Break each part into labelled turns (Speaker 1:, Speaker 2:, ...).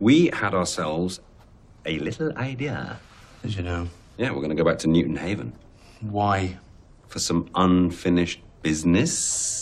Speaker 1: we had ourselves a little idea.
Speaker 2: Did you know
Speaker 1: Yeah, we're going to go back to Newton Haven
Speaker 2: why?
Speaker 1: for some unfinished business.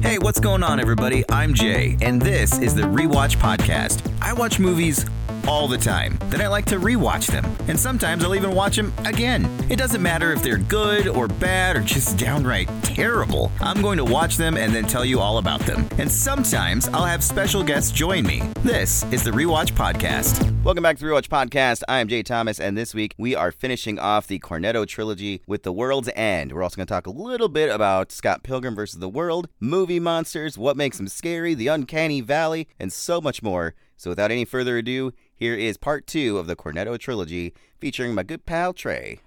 Speaker 3: Hey, what's going on, everybody? I'm Jay, and this is the Rewatch Podcast. I watch movies all the time. Then I like to rewatch them, and sometimes I'll even watch them again. It doesn't matter if they're good or bad or just downright terrible. I'm going to watch them and then tell you all about them. And sometimes I'll have special guests join me. This is the Rewatch Podcast. Welcome back to the Rewatch Podcast. I am Jay Thomas, and this week we are finishing off the Cornetto trilogy with The World's End. We're also going to talk a little bit about Scott Pilgrim versus the World, movie monsters, what makes them scary, the uncanny valley, and so much more. So without any further ado, here is part two of the Cornetto trilogy featuring my good pal Trey.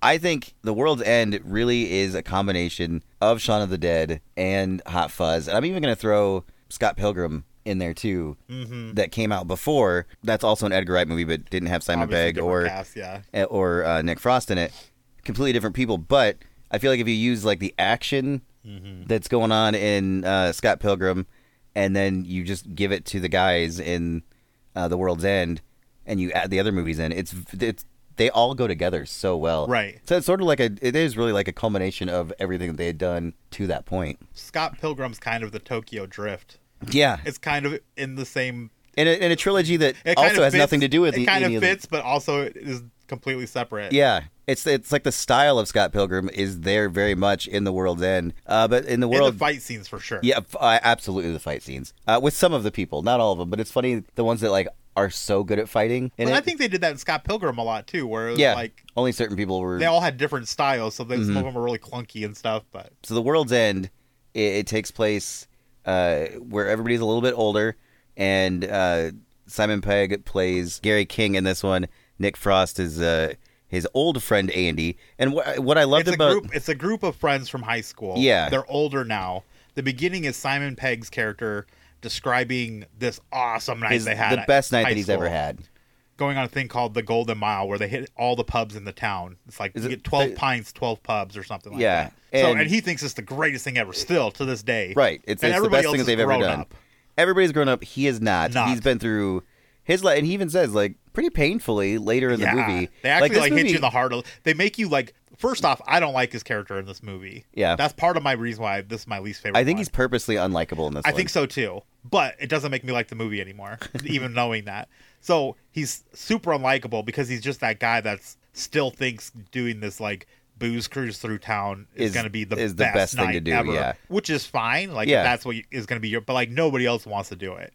Speaker 3: I think The World's End really is a combination of Shaun of the Dead and Hot Fuzz. And I'm even going to throw Scott Pilgrim in there too,
Speaker 4: Mm-hmm.
Speaker 3: that came out before. That's also an Edgar Wright movie, but didn't have Simon
Speaker 4: Obviously
Speaker 3: Pegg
Speaker 4: different
Speaker 3: or
Speaker 4: cast, yeah.
Speaker 3: eh, or uh, Nick Frost in it. Completely different people, but I feel like if you use like the action
Speaker 4: Mm-hmm.
Speaker 3: that's going on in uh, Scott Pilgrim, and then you just give it to the guys in uh, The World's End, and you add the other movies in, it's it's they all go together so well.
Speaker 4: Right.
Speaker 3: So it's sort of like a it is really like a culmination of everything that they had done to that point.
Speaker 4: Scott Pilgrim's kind of the Tokyo Drift.
Speaker 3: Yeah.
Speaker 4: It's kind of in the same.
Speaker 3: in, a, in a trilogy that
Speaker 4: It kind
Speaker 3: also
Speaker 4: of
Speaker 3: has
Speaker 4: fits-
Speaker 3: nothing to do with
Speaker 4: it.
Speaker 3: the,
Speaker 4: kind
Speaker 3: any
Speaker 4: of
Speaker 3: the-
Speaker 4: fits, but also is completely separate.
Speaker 3: Yeah, it's it's like the style of Scott Pilgrim is there very much in the World's End, uh, but in the
Speaker 4: in
Speaker 3: world,
Speaker 4: the fight scenes for sure.
Speaker 3: yeah, f- uh, absolutely the fight scenes uh, with some of the people, not all of them, but it's funny the ones that like are so good at fighting. in
Speaker 4: but I
Speaker 3: it.
Speaker 4: think they did that in Scott Pilgrim a lot too, where it was
Speaker 3: yeah, Mm-hmm.
Speaker 4: like
Speaker 3: only certain people were.
Speaker 4: they all had different styles, so they, some of them were really clunky and stuff. But
Speaker 3: so the World's End, it, it takes place uh, where everybody's a little bit older, and uh, Simon Pegg plays Gary King in this one. Nick Frost is uh, his old friend Andy, and wh- what I loved
Speaker 4: it's a
Speaker 3: about
Speaker 4: group. It's a group of friends from high school.
Speaker 3: Yeah.
Speaker 4: they're older now. The beginning is Simon Pegg's character describing this awesome night
Speaker 3: his,
Speaker 4: they had.
Speaker 3: the
Speaker 4: at
Speaker 3: best night
Speaker 4: high
Speaker 3: that he's ever
Speaker 4: school.
Speaker 3: had.
Speaker 4: going on a thing called the Golden Mile, where they hit all the pubs in the town. It's like
Speaker 3: Is
Speaker 4: you
Speaker 3: it-
Speaker 4: get twelve
Speaker 3: they-
Speaker 4: pints, twelve pubs, or something like
Speaker 3: Yeah,
Speaker 4: that. so
Speaker 3: and-
Speaker 4: and he thinks it's the greatest thing ever, still to this day.
Speaker 3: Right. It's,
Speaker 4: and
Speaker 3: it's the
Speaker 4: everybody
Speaker 3: best
Speaker 4: else
Speaker 3: thing that
Speaker 4: has
Speaker 3: they've ever
Speaker 4: grown
Speaker 3: done.
Speaker 4: up.
Speaker 3: Everybody's grown up. He is not.
Speaker 4: Not.
Speaker 3: He's been through his life, and he even says like pretty painfully later in
Speaker 4: Yeah,
Speaker 3: the movie.
Speaker 4: they actually
Speaker 3: this
Speaker 4: like, hit you
Speaker 3: movie-
Speaker 4: in the heart. A, they make you like. First off, I don't like his character in this movie.
Speaker 3: Yeah.
Speaker 4: that's part of my reason why this is my least favorite.
Speaker 3: I think
Speaker 4: one.
Speaker 3: he's purposely unlikable in this.
Speaker 4: I
Speaker 3: one.
Speaker 4: think so too, but it doesn't make me like the movie anymore, even knowing that. So he's super unlikable because he's just that guy that's still thinks doing this like booze cruise through town is,
Speaker 3: Is-
Speaker 4: going to be the,
Speaker 3: is the
Speaker 4: best,
Speaker 3: best thing to
Speaker 4: night
Speaker 3: do,
Speaker 4: ever,
Speaker 3: yeah.
Speaker 4: which is fine. Like
Speaker 3: Yeah.
Speaker 4: that's what you- is going to be your, but like nobody else wants to do it.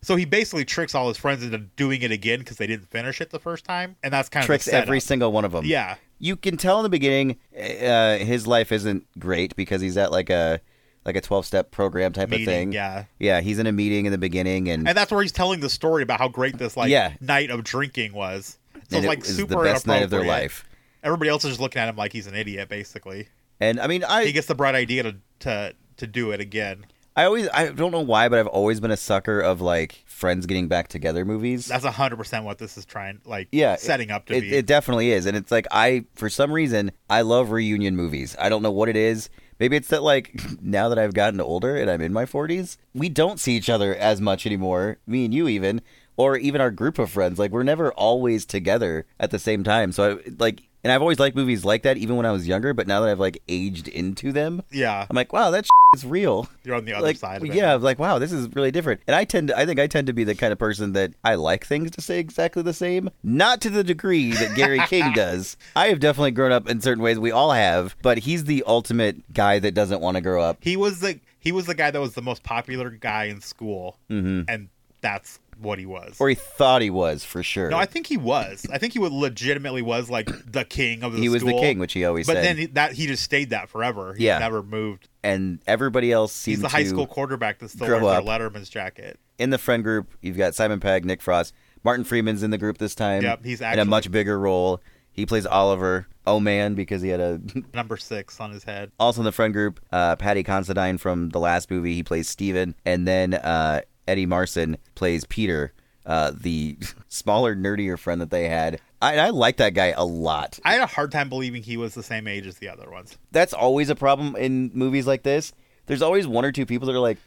Speaker 4: So he basically tricks all his friends into doing it again because they didn't finish it the first time, and that's kind
Speaker 3: Tricks
Speaker 4: of the
Speaker 3: every
Speaker 4: setup.
Speaker 3: single one of them.
Speaker 4: yeah.
Speaker 3: You can tell in the beginning, uh, his life isn't great because he's at like a like a twelve step program type
Speaker 4: Meeting,
Speaker 3: of thing.
Speaker 4: yeah.
Speaker 3: Yeah. He's in a meeting in the beginning, and,
Speaker 4: And that's where he's telling the story about how great this like
Speaker 3: Yeah.
Speaker 4: night of drinking was. So
Speaker 3: and
Speaker 4: it's
Speaker 3: it
Speaker 4: like
Speaker 3: was
Speaker 4: super
Speaker 3: the best night of their
Speaker 4: inappropriate.
Speaker 3: life.
Speaker 4: Everybody else is just looking at him like he's an idiot, basically.
Speaker 3: And I mean, I
Speaker 4: He gets the bright idea to to, to do it again.
Speaker 3: I always I don't know why, but I've always been a sucker of like friends getting back together movies.
Speaker 4: That's hundred percent what this is trying, like,
Speaker 3: yeah, it-
Speaker 4: setting up to
Speaker 3: it,
Speaker 4: be.
Speaker 3: It definitely is, and it's like I, for some reason, I love reunion movies. I don't know what it is. Maybe it's that like now that I've gotten older and I'm in my 40s, we don't see each other as much anymore. Me and you even, or even our group of friends. Like we're never always together at the same time. So I like, and I've always liked movies like that, even when I was younger. But now that I've like aged into them,
Speaker 4: yeah,
Speaker 3: I'm like, wow, that is real
Speaker 4: you're on the other
Speaker 3: like,
Speaker 4: side. Of it.
Speaker 3: yeah, like wow, this is really different. And I tend to, I think I tend to be the kind of person that I like things to stay exactly the same, not to the degree that Gary King does. I have definitely grown up in certain ways. We all have, but he's the ultimate guy that doesn't want to grow up.
Speaker 4: he was the he was the guy that was the most popular guy in school,
Speaker 3: Mm-hmm.
Speaker 4: and that's what he was.
Speaker 3: Or he thought he was for sure.
Speaker 4: no, I think he was. I think he would legitimately was like the king of the
Speaker 3: he was the
Speaker 4: school.
Speaker 3: king, which he always
Speaker 4: but
Speaker 3: said.
Speaker 4: then he, that he just stayed that forever. He
Speaker 3: Yeah.
Speaker 4: never moved.
Speaker 3: and everybody else seems
Speaker 4: He's the high
Speaker 3: to,
Speaker 4: school quarterback that still
Speaker 3: grow
Speaker 4: wears their Letterman's jacket.
Speaker 3: in the friend group. You've got Simon Pegg, Nick Frost, Martin Freeman's in the group this time.
Speaker 4: Yep, he's
Speaker 3: in a
Speaker 4: actually-
Speaker 3: much bigger role. He plays Oliver. Oh man, because he had a
Speaker 4: Number six on his head.
Speaker 3: also in the friend group, uh, Patty Considine from the last movie, he plays Steven, and then uh, Eddie Marson plays Peter, uh, the smaller, nerdier friend that they had. I, I like that guy a lot.
Speaker 4: I had a hard time believing he was the same age as the other ones.
Speaker 3: That's always a problem in movies like this. There's always one or two people that are like,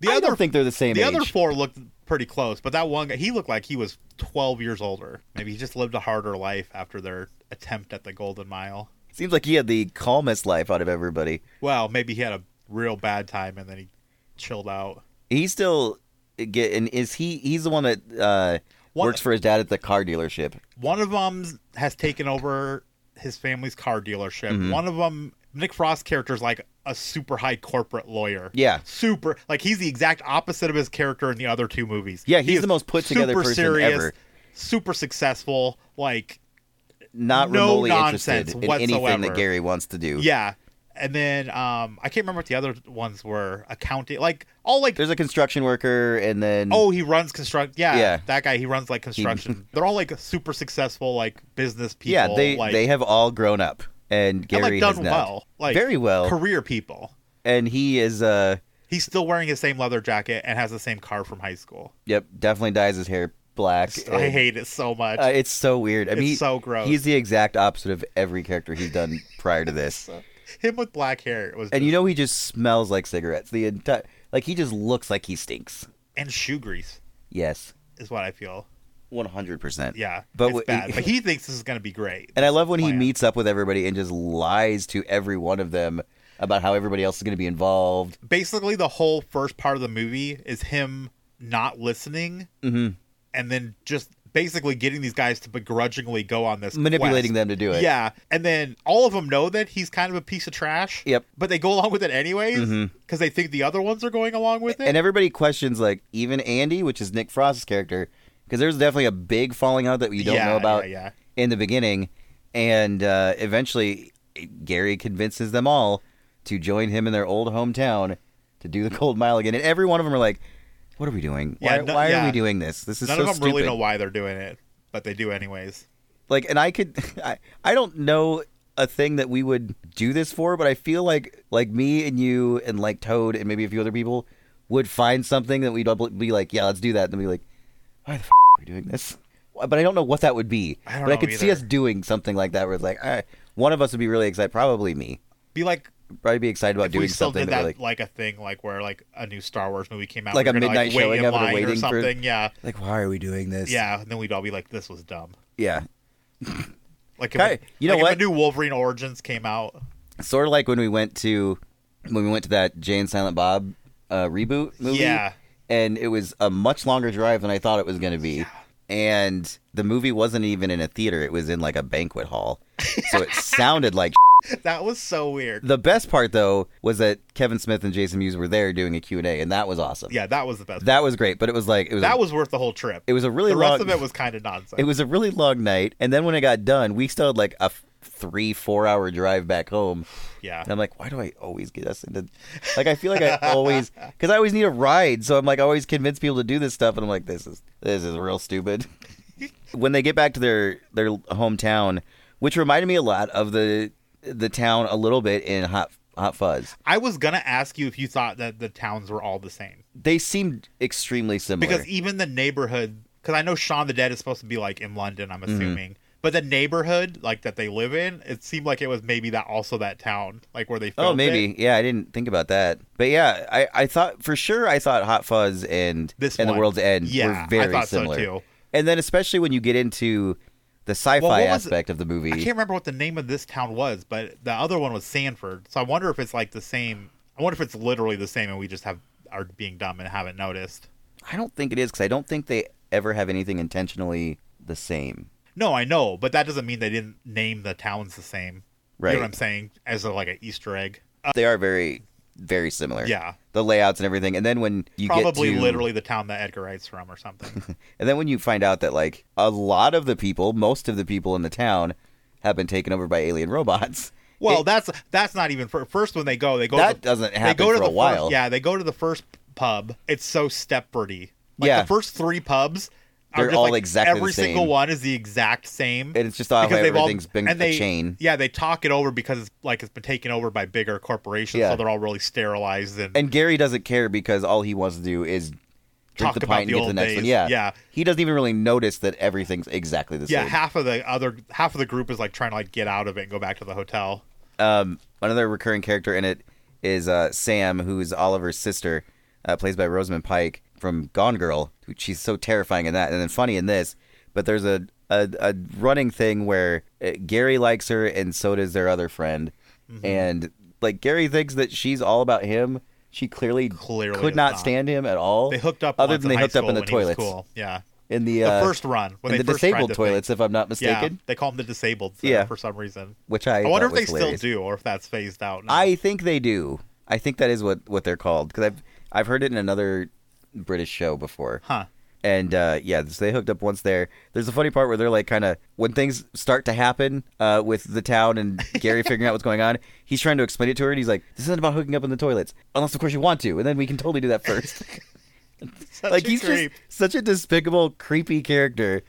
Speaker 4: The
Speaker 3: I
Speaker 4: other-
Speaker 3: don't think they're the same
Speaker 4: The
Speaker 3: age.
Speaker 4: other four looked pretty close. But that one guy, he looked like he was 12 years older. Maybe he just lived a harder life after their attempt at the Golden Mile.
Speaker 3: Seems like he had the calmest life out of everybody.
Speaker 4: Well, maybe he had a real bad time and then he chilled out.
Speaker 3: He's still uh, get and is he? He's the one that uh,
Speaker 4: One-
Speaker 3: works for his dad at the car dealership.
Speaker 4: One of them has taken over his family's car dealership.
Speaker 3: Mm-hmm.
Speaker 4: One of them, Nick Frost's character is like a super high corporate lawyer.
Speaker 3: Yeah.
Speaker 4: Super. Like he's the exact opposite of his character in the other two movies.
Speaker 3: Yeah, he's
Speaker 4: He is
Speaker 3: the most put together
Speaker 4: super
Speaker 3: person
Speaker 4: serious,
Speaker 3: ever.
Speaker 4: Super successful. Like,
Speaker 3: Not
Speaker 4: No
Speaker 3: remotely
Speaker 4: nonsense
Speaker 3: interested in anything
Speaker 4: whatsoever.
Speaker 3: that Gary wants to do.
Speaker 4: yeah. And then um I can't remember what the other ones were. Accounting. Like, all like.
Speaker 3: There's a construction worker, and then
Speaker 4: Oh, he runs construct. Yeah,
Speaker 3: Yeah.
Speaker 4: that guy. He runs like construction. They're all like super successful, like business people.
Speaker 3: yeah, they
Speaker 4: like,
Speaker 3: they have all grown up, and Gary
Speaker 4: and, like
Speaker 3: has
Speaker 4: done
Speaker 3: not.
Speaker 4: well, like
Speaker 3: very well,
Speaker 4: career people.
Speaker 3: and he is uh,
Speaker 4: He's still wearing his same leather jacket and has the same car from high school.
Speaker 3: yep, definitely dyes his hair black.
Speaker 4: I
Speaker 3: and-
Speaker 4: hate it so much.
Speaker 3: Uh, it's so weird. I mean,
Speaker 4: It's
Speaker 3: he-
Speaker 4: so gross.
Speaker 3: He's the exact opposite of every character he's done prior to this.
Speaker 4: Him with black hair was
Speaker 3: And
Speaker 4: and,
Speaker 3: you know, he just smells like cigarettes. The entire, like, he just looks like he stinks.
Speaker 4: shoe grease
Speaker 3: Yes,
Speaker 4: is what I feel.
Speaker 3: one hundred percent.
Speaker 4: Yeah,
Speaker 3: but
Speaker 4: it's
Speaker 3: what-
Speaker 4: bad. But he thinks this is gonna be great.
Speaker 3: and I love when he
Speaker 4: plan.
Speaker 3: meets up with everybody and just lies to every one of them about how everybody else is going to be involved.
Speaker 4: Basically, the whole first part of the movie is him not listening,
Speaker 3: Mm-hmm.
Speaker 4: and then just basically getting these guys to begrudgingly go on this
Speaker 3: Manipulating them
Speaker 4: quest.
Speaker 3: to do it.
Speaker 4: Yeah, and then all of them know that he's kind of a piece of trash.
Speaker 3: Yep. Mm-hmm.
Speaker 4: But they go along with it anyways because they think the other ones are going along with it.
Speaker 3: And everybody questions, like, even Andy, which is Nick Frost's character, because there's definitely a big falling out that you don't
Speaker 4: Yeah,
Speaker 3: know about
Speaker 4: yeah,
Speaker 3: in the beginning. And uh, eventually, Gary convinces them all to join him in their old hometown to do the cold mile again. And every one of them are like, what are we doing? Why,
Speaker 4: Yeah, no-
Speaker 3: why are
Speaker 4: yeah.
Speaker 3: we doing this? This is
Speaker 4: None
Speaker 3: so
Speaker 4: of them
Speaker 3: stupid.
Speaker 4: really know why they're doing it, but they do anyways.
Speaker 3: like, and I could, I, I don't know a thing that we would do this for, but I feel like, like me and you and like Toad and maybe a few other people would find something that we'd double- be like, yeah, let's do that. And then be like, why the f- are we doing this? But I don't know what that would be.
Speaker 4: I don't
Speaker 3: but I
Speaker 4: know
Speaker 3: could see
Speaker 4: either.
Speaker 3: us doing something like that where it's like, all right, one of us would be really excited, probably me.
Speaker 4: Be like
Speaker 3: Probably be excited about
Speaker 4: if
Speaker 3: doing
Speaker 4: we still
Speaker 3: something
Speaker 4: did
Speaker 3: that
Speaker 4: that
Speaker 3: we're like,
Speaker 4: like, a thing like where like a new Star Wars movie came out,
Speaker 3: Like
Speaker 4: we
Speaker 3: a
Speaker 4: were gonna,
Speaker 3: midnight
Speaker 4: wait
Speaker 3: showing
Speaker 4: in
Speaker 3: up and
Speaker 4: line
Speaker 3: waiting
Speaker 4: or
Speaker 3: for-
Speaker 4: something. Yeah,
Speaker 3: like, why are we doing this?
Speaker 4: yeah, and then we'd all be like, "This was dumb."
Speaker 3: Yeah.
Speaker 4: Like,
Speaker 3: Hey,
Speaker 4: if, a-
Speaker 3: you know
Speaker 4: like
Speaker 3: what?
Speaker 4: if a new Wolverine Origins came out,
Speaker 3: Sort of like when we went to when we went to that Jay and Silent Bob uh, reboot movie.
Speaker 4: Yeah.
Speaker 3: And it was a much longer drive than I thought it was going to be. And the movie wasn't even in a theater, it was in like a banquet hall. So it sounded like
Speaker 4: that was so weird.
Speaker 3: The best part though was that Kevin Smith and Jason Mewes were there doing a Q&A and that was awesome.
Speaker 4: Yeah, that was the best. That,
Speaker 3: That was great, but it was like it was a-
Speaker 4: was worth the whole trip.
Speaker 3: it was a really
Speaker 4: the rest
Speaker 3: long
Speaker 4: of it was kind of nonsense.
Speaker 3: it was a really long night and then when it got done we still had like a f- three four hour drive back home
Speaker 4: yeah,
Speaker 3: and i'm like why do i always get us into like i feel like i always because i always need a ride so i'm like I always convince people to do this stuff and i'm like this is this is real stupid when they get back to their their hometown which reminded me a lot of the the town a little bit in hot hot fuzz
Speaker 4: I was gonna ask you if you thought that the towns were all the same
Speaker 3: they seemed extremely similar
Speaker 4: because even the neighborhood. Because I know Shaun the Dead is supposed to be like in London,
Speaker 3: Mm-hmm.
Speaker 4: I'm assuming, but the neighborhood like that they live in, it seemed like it was maybe that also that town like where they.
Speaker 3: Oh,
Speaker 4: filmed
Speaker 3: maybe.
Speaker 4: it.
Speaker 3: Yeah, I didn't think about that. But yeah, I, I thought for sure I thought Hot Fuzz and
Speaker 4: This
Speaker 3: and
Speaker 4: one.
Speaker 3: the World's End
Speaker 4: Yeah,
Speaker 3: were
Speaker 4: I
Speaker 3: very
Speaker 4: thought so,
Speaker 3: similar.
Speaker 4: too.
Speaker 3: And then especially when you get into the sci-fi
Speaker 4: Well, what was
Speaker 3: aspect of the
Speaker 4: I
Speaker 3: movie.
Speaker 4: can't remember what the name of this town was, but the other one was Sanford. So I wonder if it's like the same. I wonder if it's literally the same, and we just have are being dumb and haven't noticed.
Speaker 3: I don't think it is cuz I don't think they ever have anything intentionally the same.
Speaker 4: No, I know, but that doesn't mean they didn't name the towns the same. You
Speaker 3: Right.
Speaker 4: know what I'm saying? As a, like an Easter egg.
Speaker 3: they are very very similar.
Speaker 4: Yeah.
Speaker 3: The layouts and everything. And then when you
Speaker 4: Probably
Speaker 3: get to,
Speaker 4: literally the town that Edgar Wright's from or something.
Speaker 3: And then when you find out that like a lot of the people, most of the people in the town have been taken over by alien robots.
Speaker 4: well, that's that's not even fir- first when they go. They go.
Speaker 3: That
Speaker 4: to,
Speaker 3: doesn't
Speaker 4: they
Speaker 3: happen
Speaker 4: go to
Speaker 3: for a
Speaker 4: the
Speaker 3: while.
Speaker 4: First, yeah, they go to the first pub. It's so Stepfordy. Like
Speaker 3: Yeah.
Speaker 4: the first three pubs. are
Speaker 3: They're
Speaker 4: just
Speaker 3: all
Speaker 4: like,
Speaker 3: exactly the
Speaker 4: every
Speaker 3: same.
Speaker 4: single one is the exact same.
Speaker 3: And it's just all how
Speaker 4: because they've all-
Speaker 3: everything's been
Speaker 4: and
Speaker 3: a
Speaker 4: they-
Speaker 3: chain.
Speaker 4: Yeah, they talk it over because it's like it's been taken over by bigger corporations,
Speaker 3: Yeah.
Speaker 4: so they're all really sterilized and
Speaker 3: And Gary doesn't care because all he wants to do is drink
Speaker 4: Talk
Speaker 3: the
Speaker 4: about
Speaker 3: pint and
Speaker 4: the
Speaker 3: get to the
Speaker 4: old
Speaker 3: next one.
Speaker 4: days.
Speaker 3: Yeah.
Speaker 4: Yeah.
Speaker 3: He doesn't even really notice that everything's exactly the
Speaker 4: yeah
Speaker 3: same.
Speaker 4: half of the other half of the group is like trying to like get out of it and go back to the hotel
Speaker 3: um, another recurring character in it is uh, Sam, who is Oliver's sister, uh, plays by Rosamund Pike. from Gone Girl, who she's so terrifying in that, and then funny in this. But there's a a, a running thing where uh, Gary likes her, and so does their other friend,
Speaker 4: Mm-hmm.
Speaker 3: and like Gary thinks that she's all about him. She clearly,
Speaker 4: Clearly
Speaker 3: could
Speaker 4: is
Speaker 3: not,
Speaker 4: not.
Speaker 3: stand him at all.
Speaker 4: They hooked up.
Speaker 3: other
Speaker 4: once
Speaker 3: than they
Speaker 4: in high
Speaker 3: hooked up in the
Speaker 4: school when he was
Speaker 3: toilets,
Speaker 4: cool. Yeah,
Speaker 3: in the,
Speaker 4: the
Speaker 3: uh,
Speaker 4: first run when
Speaker 3: in
Speaker 4: they
Speaker 3: the
Speaker 4: first
Speaker 3: disabled
Speaker 4: tried the
Speaker 3: toilets,
Speaker 4: Thing.
Speaker 3: if I'm not
Speaker 4: Yeah,
Speaker 3: mistaken.
Speaker 4: they call them the disabled. uh,
Speaker 3: Yeah.
Speaker 4: for some reason.
Speaker 3: Which I
Speaker 4: I wonder
Speaker 3: thought
Speaker 4: if they
Speaker 3: was hilarious.
Speaker 4: still do, or if that's phased out. now.
Speaker 3: I think they do. I think that is what what they're called because I've I've heard it in another British show before.
Speaker 4: Huh.
Speaker 3: And uh, yeah, so they hooked up once there. There's a funny part where they're like kind of when things start to happen uh, with the town and Gary figuring out what's going on. He's trying to explain it to her, and he's like, "This isn't about hooking up in the toilets, unless of course you want to, and then we can totally do that first.
Speaker 4: Such
Speaker 3: like
Speaker 4: a
Speaker 3: he's
Speaker 4: creep.
Speaker 3: just such a despicable, creepy character.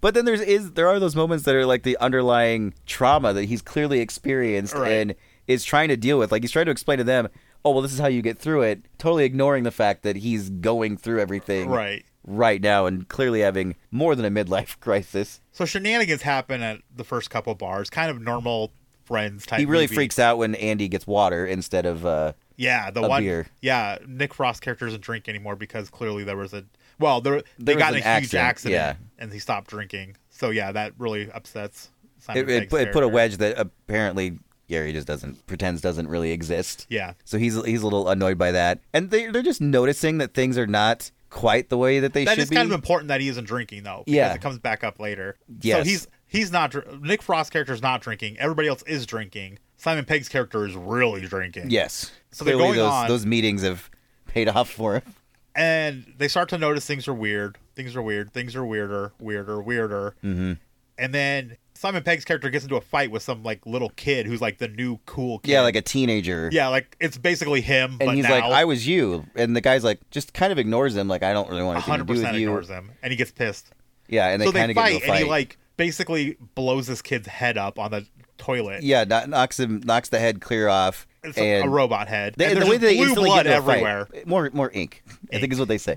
Speaker 3: But then there's is there are those moments that are like the underlying trauma that he's clearly experienced
Speaker 4: Right.
Speaker 3: and is trying to deal with. Like he's trying to explain to them, oh well, this is how you get through it, totally ignoring the fact that he's going through everything
Speaker 4: Right.
Speaker 3: right now and clearly having more than a midlife crisis.
Speaker 4: So shenanigans happen at the first couple bars, kind of normal friends type.
Speaker 3: He really
Speaker 4: movie.
Speaker 3: freaks out when Andy gets water instead of uh,
Speaker 4: Yeah, the
Speaker 3: a
Speaker 4: one.
Speaker 3: beer.
Speaker 4: Yeah, Nick Frost character doesn't drink anymore because clearly there was a well, there they
Speaker 3: There was
Speaker 4: got in
Speaker 3: an
Speaker 4: a huge
Speaker 3: accident,
Speaker 4: accident,
Speaker 3: yeah.
Speaker 4: and he stopped drinking. So yeah, that really upsets.
Speaker 3: it,
Speaker 4: Simon
Speaker 3: it,
Speaker 4: Pegg's
Speaker 3: put- it put a
Speaker 4: character.
Speaker 3: wedge that apparently Gary just doesn't pretends doesn't really exist.
Speaker 4: Yeah,
Speaker 3: So he's he's a little annoyed by that, and they they're just noticing that things are not quite the way that they
Speaker 4: that
Speaker 3: should
Speaker 4: is
Speaker 3: be.
Speaker 4: kind of important that he isn't drinking though. Because
Speaker 3: Yeah.
Speaker 4: it comes back up later.
Speaker 3: Yes.
Speaker 4: So he's he's not dr- Nick Frost's character is not drinking. Everybody else is drinking. Simon Pegg's character is really drinking.
Speaker 3: yes,
Speaker 4: So they're
Speaker 3: clearly
Speaker 4: going
Speaker 3: those
Speaker 4: on-
Speaker 3: those meetings have paid off for him.
Speaker 4: and they start to notice things are weird. Things are weird. Things are weirder, weirder, weirder. Mm-hmm. And then Simon Pegg's character gets into a fight with some like little kid who's like the new cool kid.
Speaker 3: Yeah, like a teenager.
Speaker 4: yeah, like it's basically him.
Speaker 3: and
Speaker 4: but
Speaker 3: he's
Speaker 4: now,
Speaker 3: like, "I was you," and the guy's like, just kind of ignores him, like, "I don't really want anything to
Speaker 4: hundred
Speaker 3: do with
Speaker 4: percent
Speaker 3: you."
Speaker 4: ignores him, and he gets pissed.
Speaker 3: Yeah, and they
Speaker 4: so
Speaker 3: kind
Speaker 4: they
Speaker 3: of get into
Speaker 4: fight,
Speaker 3: a fight.
Speaker 4: and he like basically blows this kid's head up on the toilet.
Speaker 3: yeah, kno- knocks him, knocks the head clear off,
Speaker 4: It's a-
Speaker 3: and
Speaker 4: a robot head.
Speaker 3: They,
Speaker 4: and
Speaker 3: the
Speaker 4: there's
Speaker 3: way
Speaker 4: just
Speaker 3: they
Speaker 4: blue
Speaker 3: instantly
Speaker 4: blood
Speaker 3: get into a fight.
Speaker 4: everywhere.
Speaker 3: more more ink, I think is what they say.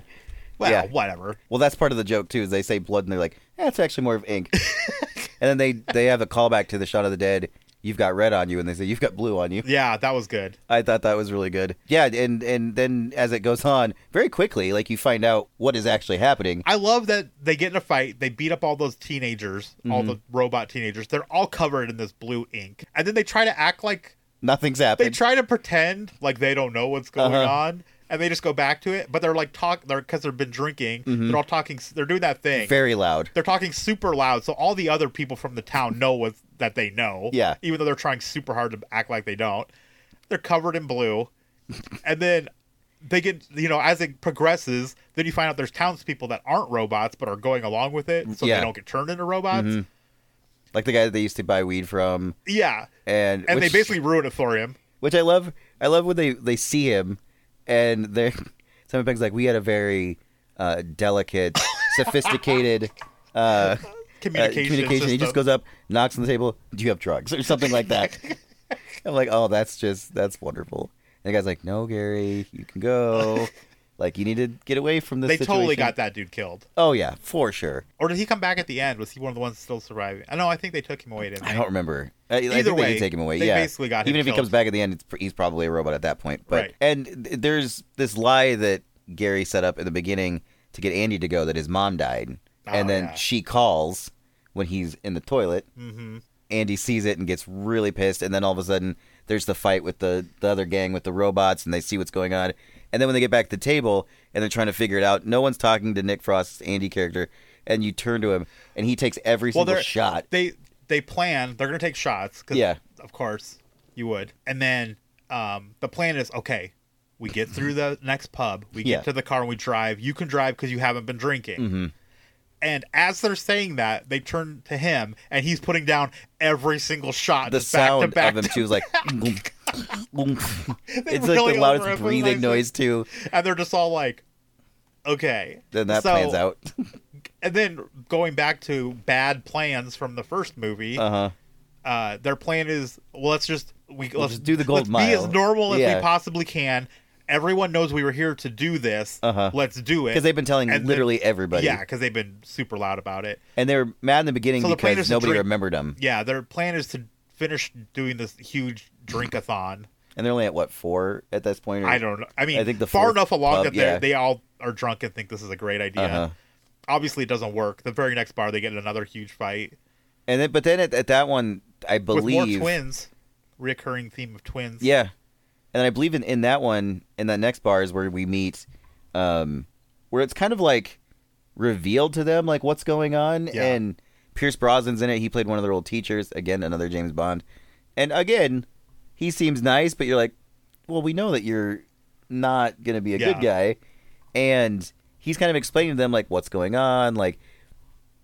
Speaker 4: Well,
Speaker 3: yeah.
Speaker 4: whatever.
Speaker 3: Well, that's part of the joke too. Is they say blood and they're like, that's actually more of ink. and then they they have a callback to the shot of the dead. You've got red on you, and they say you've got blue on you.
Speaker 4: Yeah, that was good.
Speaker 3: I thought that was really good. Yeah, and and then as it goes on, very quickly, like you find out what is actually happening.
Speaker 4: I love that they get in a fight. They beat up all those teenagers, all the
Speaker 3: Mm-hmm.
Speaker 4: robot teenagers. They're all covered in this blue ink, and then they try to act like
Speaker 3: Nothing's
Speaker 4: they
Speaker 3: happened.
Speaker 4: try to pretend like they don't know what's going
Speaker 3: Uh-huh.
Speaker 4: on, and they just go back to it. But they're like talk, they're because they've been drinking. They're all talking. They're doing that thing.
Speaker 3: Mm-hmm. very loud.
Speaker 4: They're talking super loud, so all the other people from the town know what that they know.
Speaker 3: Yeah.
Speaker 4: even though they're trying super hard to act like they don't. They're covered in blue, and then they get you know as it progresses, then you find out there's townspeople that aren't robots but are going along with it, so
Speaker 3: Yeah. Mm-hmm.
Speaker 4: they don't get turned into robots.
Speaker 3: Like the guy that they used to buy weed from,
Speaker 4: Yeah,
Speaker 3: and which-
Speaker 4: and
Speaker 3: Uh,
Speaker 4: they basically ruin it for him.
Speaker 3: which I love. I love when they they see him, and they're Simon Pegg's like, we had a very uh, delicate, sophisticated. Uh, uh,
Speaker 4: Communication.
Speaker 3: communication. He just
Speaker 4: system.
Speaker 3: goes up, knocks on the table. Do you have drugs or something like that? I'm like, oh, that's just that's wonderful. And the guy's like, no, Gary, you can go. like, you need to get away from this.
Speaker 4: They totally
Speaker 3: situation."
Speaker 4: got that dude killed.
Speaker 3: Oh yeah, for sure.
Speaker 4: Or did he come back at the end? Was he one of the ones still surviving? I know. I think they took him away. Didn't
Speaker 3: I
Speaker 4: they?
Speaker 3: don't remember. I, I
Speaker 4: Either
Speaker 3: think they
Speaker 4: way,
Speaker 3: did take him away.
Speaker 4: they
Speaker 3: yeah,
Speaker 4: basically got him
Speaker 3: even if he
Speaker 4: killed.
Speaker 3: comes back at the end, it's, pr- he's probably a robot at that point. But
Speaker 4: Right.
Speaker 3: and th- there's this lie that Gary set up in the beginning to get Andy to go that his mom died, and
Speaker 4: Oh,
Speaker 3: then
Speaker 4: yeah.
Speaker 3: she calls when he's in the toilet. Mm-hmm. Andy sees it and gets really pissed, and then all of a sudden there's the fight with the the other gang with the robots, and they see what's going on. And then when they get back to the table and they're trying to figure it out, no one's talking to Nick Frost's Andy character, and you turn to him, and he takes every single
Speaker 4: they're-
Speaker 3: shot.
Speaker 4: They they plan they're gonna take shots. 'cause,
Speaker 3: Yeah.
Speaker 4: of course you would. And then um, the plan is okay. We get through the next pub. We get
Speaker 3: Yeah. Mm-hmm.
Speaker 4: to the car and we drive. You can drive because you haven't been drinking. And as they're saying that, they turn to him and he's putting down every single shot.
Speaker 3: the
Speaker 4: just back to
Speaker 3: sound
Speaker 4: back
Speaker 3: of him
Speaker 4: to-
Speaker 3: too is like it's like
Speaker 4: really
Speaker 3: the loudest
Speaker 4: overemphasize
Speaker 3: breathing
Speaker 4: it.
Speaker 3: noise too
Speaker 4: And they're just all like, okay.
Speaker 3: then that
Speaker 4: So-
Speaker 3: plans out
Speaker 4: And then going back to bad plans from the first movie.
Speaker 3: uh-huh
Speaker 4: uh, their plan is well, let's just we let's
Speaker 3: just do the gold
Speaker 4: let's Be
Speaker 3: mile.
Speaker 4: as normal as
Speaker 3: Yeah.
Speaker 4: we possibly can. Everyone knows we were here to do this.
Speaker 3: Uh-huh.
Speaker 4: Let's do it
Speaker 3: because they've been telling
Speaker 4: And then-
Speaker 3: literally everybody
Speaker 4: Yeah, because they've been super loud about it.
Speaker 3: and they were mad in the beginning
Speaker 4: So the plan
Speaker 3: because
Speaker 4: is to
Speaker 3: nobody
Speaker 4: drink-
Speaker 3: remembered them
Speaker 4: Yeah, their plan is to finish doing this huge drinkathon
Speaker 3: and they're only at what four at this point. or-
Speaker 4: I don't know. I mean,
Speaker 3: I think the
Speaker 4: far
Speaker 3: fourth
Speaker 4: enough along
Speaker 3: club,
Speaker 4: that they're
Speaker 3: yeah.
Speaker 4: they all are drunk and think this is a great idea.
Speaker 3: Uh-huh.
Speaker 4: Obviously, it doesn't work. The very next bar, they get in another huge fight
Speaker 3: And then, but then at, at that one, I
Speaker 4: with
Speaker 3: believe
Speaker 4: more twins. Recurring theme of twins.
Speaker 3: Yeah. And then I believe in, in that one, in that next bar is where we meet, um, where it's kind of like revealed to them, like what's going on.
Speaker 4: Yeah.
Speaker 3: And Pierce Brosnan's in it. He played one of their old teachers. Again, another James Bond. And again, he seems nice, but you're like, well, we know that you're not going to be a good guy. And he's kind of explaining to them, like, what's going on. Like,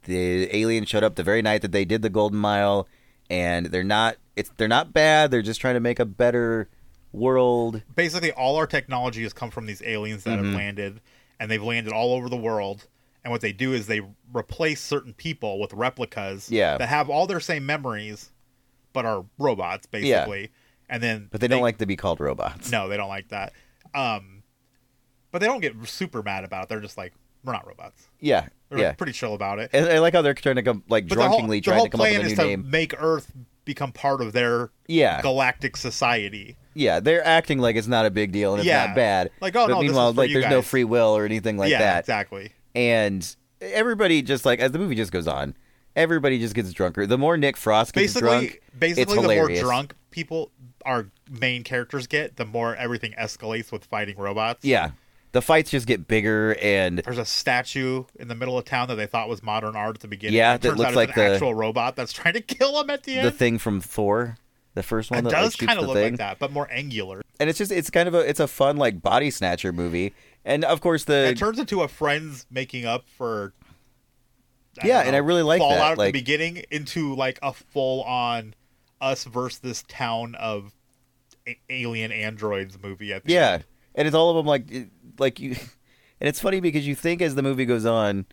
Speaker 3: the alien showed up the very night that they did the golden mile and they're not it's they're not bad they're just trying to make a better world
Speaker 4: basically all our technology has come from these aliens that
Speaker 3: Mm-hmm.
Speaker 4: have landed and they've landed all over the world and what they do is they replace certain people with replicas
Speaker 3: Yeah.
Speaker 4: that have all their same memories but are robots basically and then
Speaker 3: but they don't like to be called robots
Speaker 4: no they don't like that um but they don't get super mad about it they're just like we're not robots
Speaker 3: yeah
Speaker 4: they're
Speaker 3: yeah
Speaker 4: pretty chill about it
Speaker 3: and i like how they're trying to come like
Speaker 4: but the whole,
Speaker 3: drunkenly
Speaker 4: the
Speaker 3: trying
Speaker 4: whole
Speaker 3: to come up
Speaker 4: plan
Speaker 3: with a new
Speaker 4: is to
Speaker 3: name
Speaker 4: make earth become part of their
Speaker 3: Yeah.
Speaker 4: galactic society
Speaker 3: yeah they're acting like it's not a big deal and it's
Speaker 4: Yeah.
Speaker 3: not bad
Speaker 4: Like, oh,
Speaker 3: but
Speaker 4: no, this is
Speaker 3: meanwhile
Speaker 4: for
Speaker 3: like
Speaker 4: you
Speaker 3: there's no
Speaker 4: guys.
Speaker 3: free will or anything like
Speaker 4: yeah
Speaker 3: that
Speaker 4: exactly
Speaker 3: and everybody just like as the movie just goes on everybody just gets drunker the more nick frost gets
Speaker 4: basically
Speaker 3: drunk it's
Speaker 4: basically the more
Speaker 3: hilarious.
Speaker 4: drunk people our main characters get the more everything escalates with fighting robots
Speaker 3: yeah the fights just get bigger and
Speaker 4: there's a statue in the middle of town that they thought was modern art at the beginning
Speaker 3: Yeah,
Speaker 4: It
Speaker 3: that
Speaker 4: turns
Speaker 3: looks
Speaker 4: out
Speaker 3: like
Speaker 4: it's an
Speaker 3: the-
Speaker 4: actual robot that's trying to kill him at the
Speaker 3: the
Speaker 4: end
Speaker 3: thing from Thor, the first one
Speaker 4: it
Speaker 3: that
Speaker 4: does
Speaker 3: like,
Speaker 4: kind
Speaker 3: shoots
Speaker 4: of
Speaker 3: the
Speaker 4: look
Speaker 3: thing.
Speaker 4: like that but more angular
Speaker 3: And it's just it's kind of a it's a fun like body snatcher movie. And of course the
Speaker 4: it turns into a friends making up for I
Speaker 3: Yeah,
Speaker 4: don't
Speaker 3: and I really like
Speaker 4: fallout
Speaker 3: that,
Speaker 4: at
Speaker 3: like-
Speaker 4: the beginning into like a full on us versus this town of a- alien androids movie at the end.
Speaker 3: yeah, and it's all of them like it- like you, and it's funny because you think as the movie goes on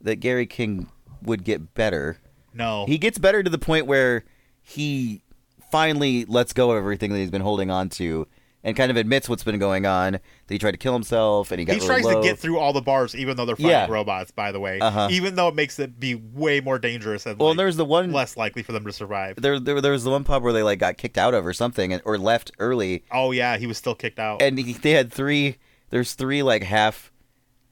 Speaker 3: that Gary King would get better.
Speaker 4: no
Speaker 3: He gets better to the point where he finally lets go of everything that he's been holding on to. And kind of admits what's been going on. That he tried to kill himself, and he got
Speaker 4: He
Speaker 3: really
Speaker 4: tries
Speaker 3: low.
Speaker 4: to get through all the bars, even though they're fighting
Speaker 3: Yeah.
Speaker 4: robots. By the way,
Speaker 3: Uh-huh.
Speaker 4: even though it makes it be way more dangerous and
Speaker 3: Well,
Speaker 4: like,
Speaker 3: and there was the one
Speaker 4: less likely for them to survive.
Speaker 3: there, there there was the one pub where they like got kicked out of or something, and, or left early,
Speaker 4: Oh yeah, he was still kicked out.
Speaker 3: and he, they had three. There's three like half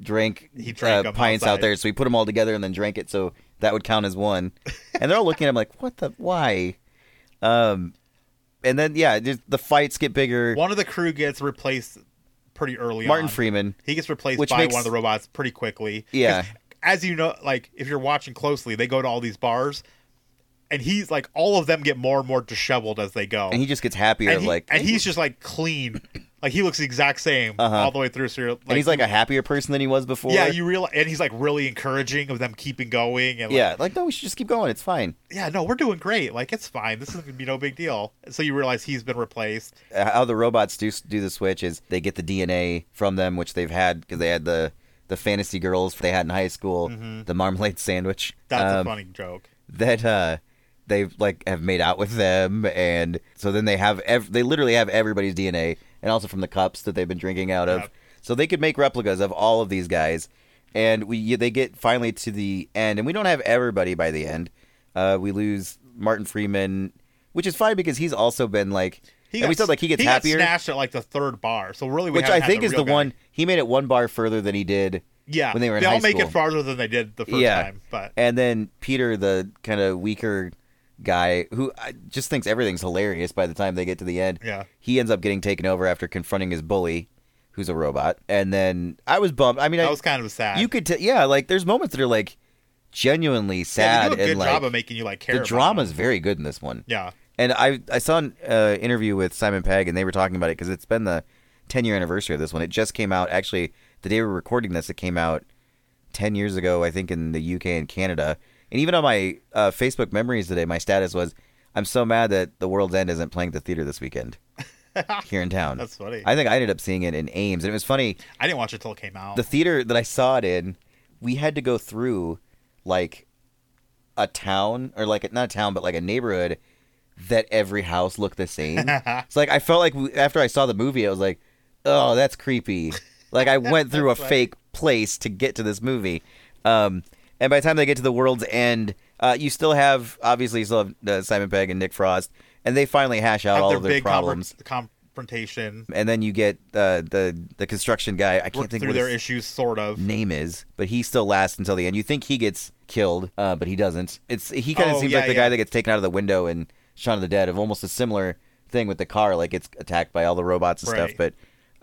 Speaker 3: drink uh,
Speaker 4: He drank 'em
Speaker 3: pints out
Speaker 4: outside.
Speaker 3: there, so we put them all together and then drank it, so that would count as one. and they're all looking at him like, "What the why?" Um, and then yeah, just, the fights get bigger.
Speaker 4: one of the crew gets replaced pretty early.
Speaker 3: Martin
Speaker 4: on.
Speaker 3: Freeman,
Speaker 4: He gets replaced
Speaker 3: Which
Speaker 4: by
Speaker 3: makes-
Speaker 4: one of the robots pretty quickly. 'Cause
Speaker 3: Yeah.
Speaker 4: As you know, like if you're watching closely, they go to all these bars, and he's like, all of them get more and more disheveled as they go.
Speaker 3: and he just gets happier,
Speaker 4: and, he-
Speaker 3: like,
Speaker 4: and he's just like clean, like he looks the exact same all the way through. So you're, like,
Speaker 3: Uh-huh. and he's like a happier person than he was before.
Speaker 4: Yeah, you realize, and he's like really encouraging of them keeping going, and like,
Speaker 3: yeah, like no, we should just keep going. It's fine.
Speaker 4: yeah, no, we're doing great. Like it's fine. This is gonna be no big deal. So you realize he's been replaced.
Speaker 3: Uh, how the robots do do the switch is they get the DNA from them, which they've had because they had the the fantasy girls they had in high school, the marmalade sandwich.
Speaker 4: Mm-hmm. That's
Speaker 3: um,
Speaker 4: a funny joke.
Speaker 3: That uh, they've like have made out with them, and so then they have ev- they literally have everybody's DNA, and also from the cups that they've been drinking out of.
Speaker 4: Yep.
Speaker 3: So they could make replicas of all of these guys, and we they get finally to the end, and we don't have everybody by the end. Uh, we lose Martin Freeman, which is fine because he's also been like. and we
Speaker 4: got-
Speaker 3: said like he gets
Speaker 4: got
Speaker 3: happier
Speaker 4: snatched at like the third bar. So really, we
Speaker 3: which I
Speaker 4: haven't had
Speaker 3: think
Speaker 4: the
Speaker 3: is
Speaker 4: real
Speaker 3: the
Speaker 4: guy.
Speaker 3: one he made it one bar further than he did.
Speaker 4: Yeah,
Speaker 3: when they were in
Speaker 4: they
Speaker 3: high
Speaker 4: all make
Speaker 3: school.
Speaker 4: it farther than they did the first
Speaker 3: yeah,
Speaker 4: time. But
Speaker 3: and then Peter, the kind of weaker guy who uh, just thinks everything's hilarious by the time they get to the end.
Speaker 4: Yeah.
Speaker 3: he ends up getting taken over after confronting his bully, who's a robot. And then I was bummed. I mean, I,
Speaker 4: that was kind of sad.
Speaker 3: you could t- yeah, like there's moments that are like genuinely
Speaker 4: yeah,
Speaker 3: sad
Speaker 4: they do a good
Speaker 3: and like
Speaker 4: job of making you like care.
Speaker 3: the
Speaker 4: about
Speaker 3: drama's
Speaker 4: him.
Speaker 3: very good in this one.
Speaker 4: Yeah,
Speaker 3: And I I saw an uh, interview with Simon Pegg, and they were talking about it because it's been the 10 year anniversary of this one. It just came out actually the day we're recording this. It came out 10 years ago, I think, in the UK and Canada. And even on my uh, Facebook memories today, my status was, "I'm so mad that The World's End isn't playing at the theater this weekend here in town."
Speaker 4: That's funny.
Speaker 3: I think I ended up seeing it in Ames, and it was funny
Speaker 4: I didn't watch it till it came out.
Speaker 3: the theater that I saw it in, we had to go through like a town or like not a town but like a neighborhood that every house looked the same. it's like I felt like we, after I saw the movie, I was like, oh, that's creepy. Like I went through a fake place to get to this movie. Um, and by the time they get to the world's end, uh, you still have obviously you still have uh, Simon Pegg and Nick Frost, and they finally hash out
Speaker 4: Have
Speaker 3: all
Speaker 4: their
Speaker 3: of their
Speaker 4: big conver-
Speaker 3: problems.
Speaker 4: com- confrontation,
Speaker 3: and then you get uh, the the construction guy. I can't
Speaker 4: work
Speaker 3: think
Speaker 4: through
Speaker 3: what
Speaker 4: their
Speaker 3: his
Speaker 4: issues, sort of.
Speaker 3: name is, but he still lasts until the end. You think he gets killed, uh, but he doesn't. It's he kind of
Speaker 4: Oh,
Speaker 3: seems
Speaker 4: yeah,
Speaker 3: like the
Speaker 4: yeah.
Speaker 3: guy that gets taken out of the window in Shaun of the Dead of almost a similar thing with the car, like it's attacked by all the robots and stuff.
Speaker 4: Right.
Speaker 3: But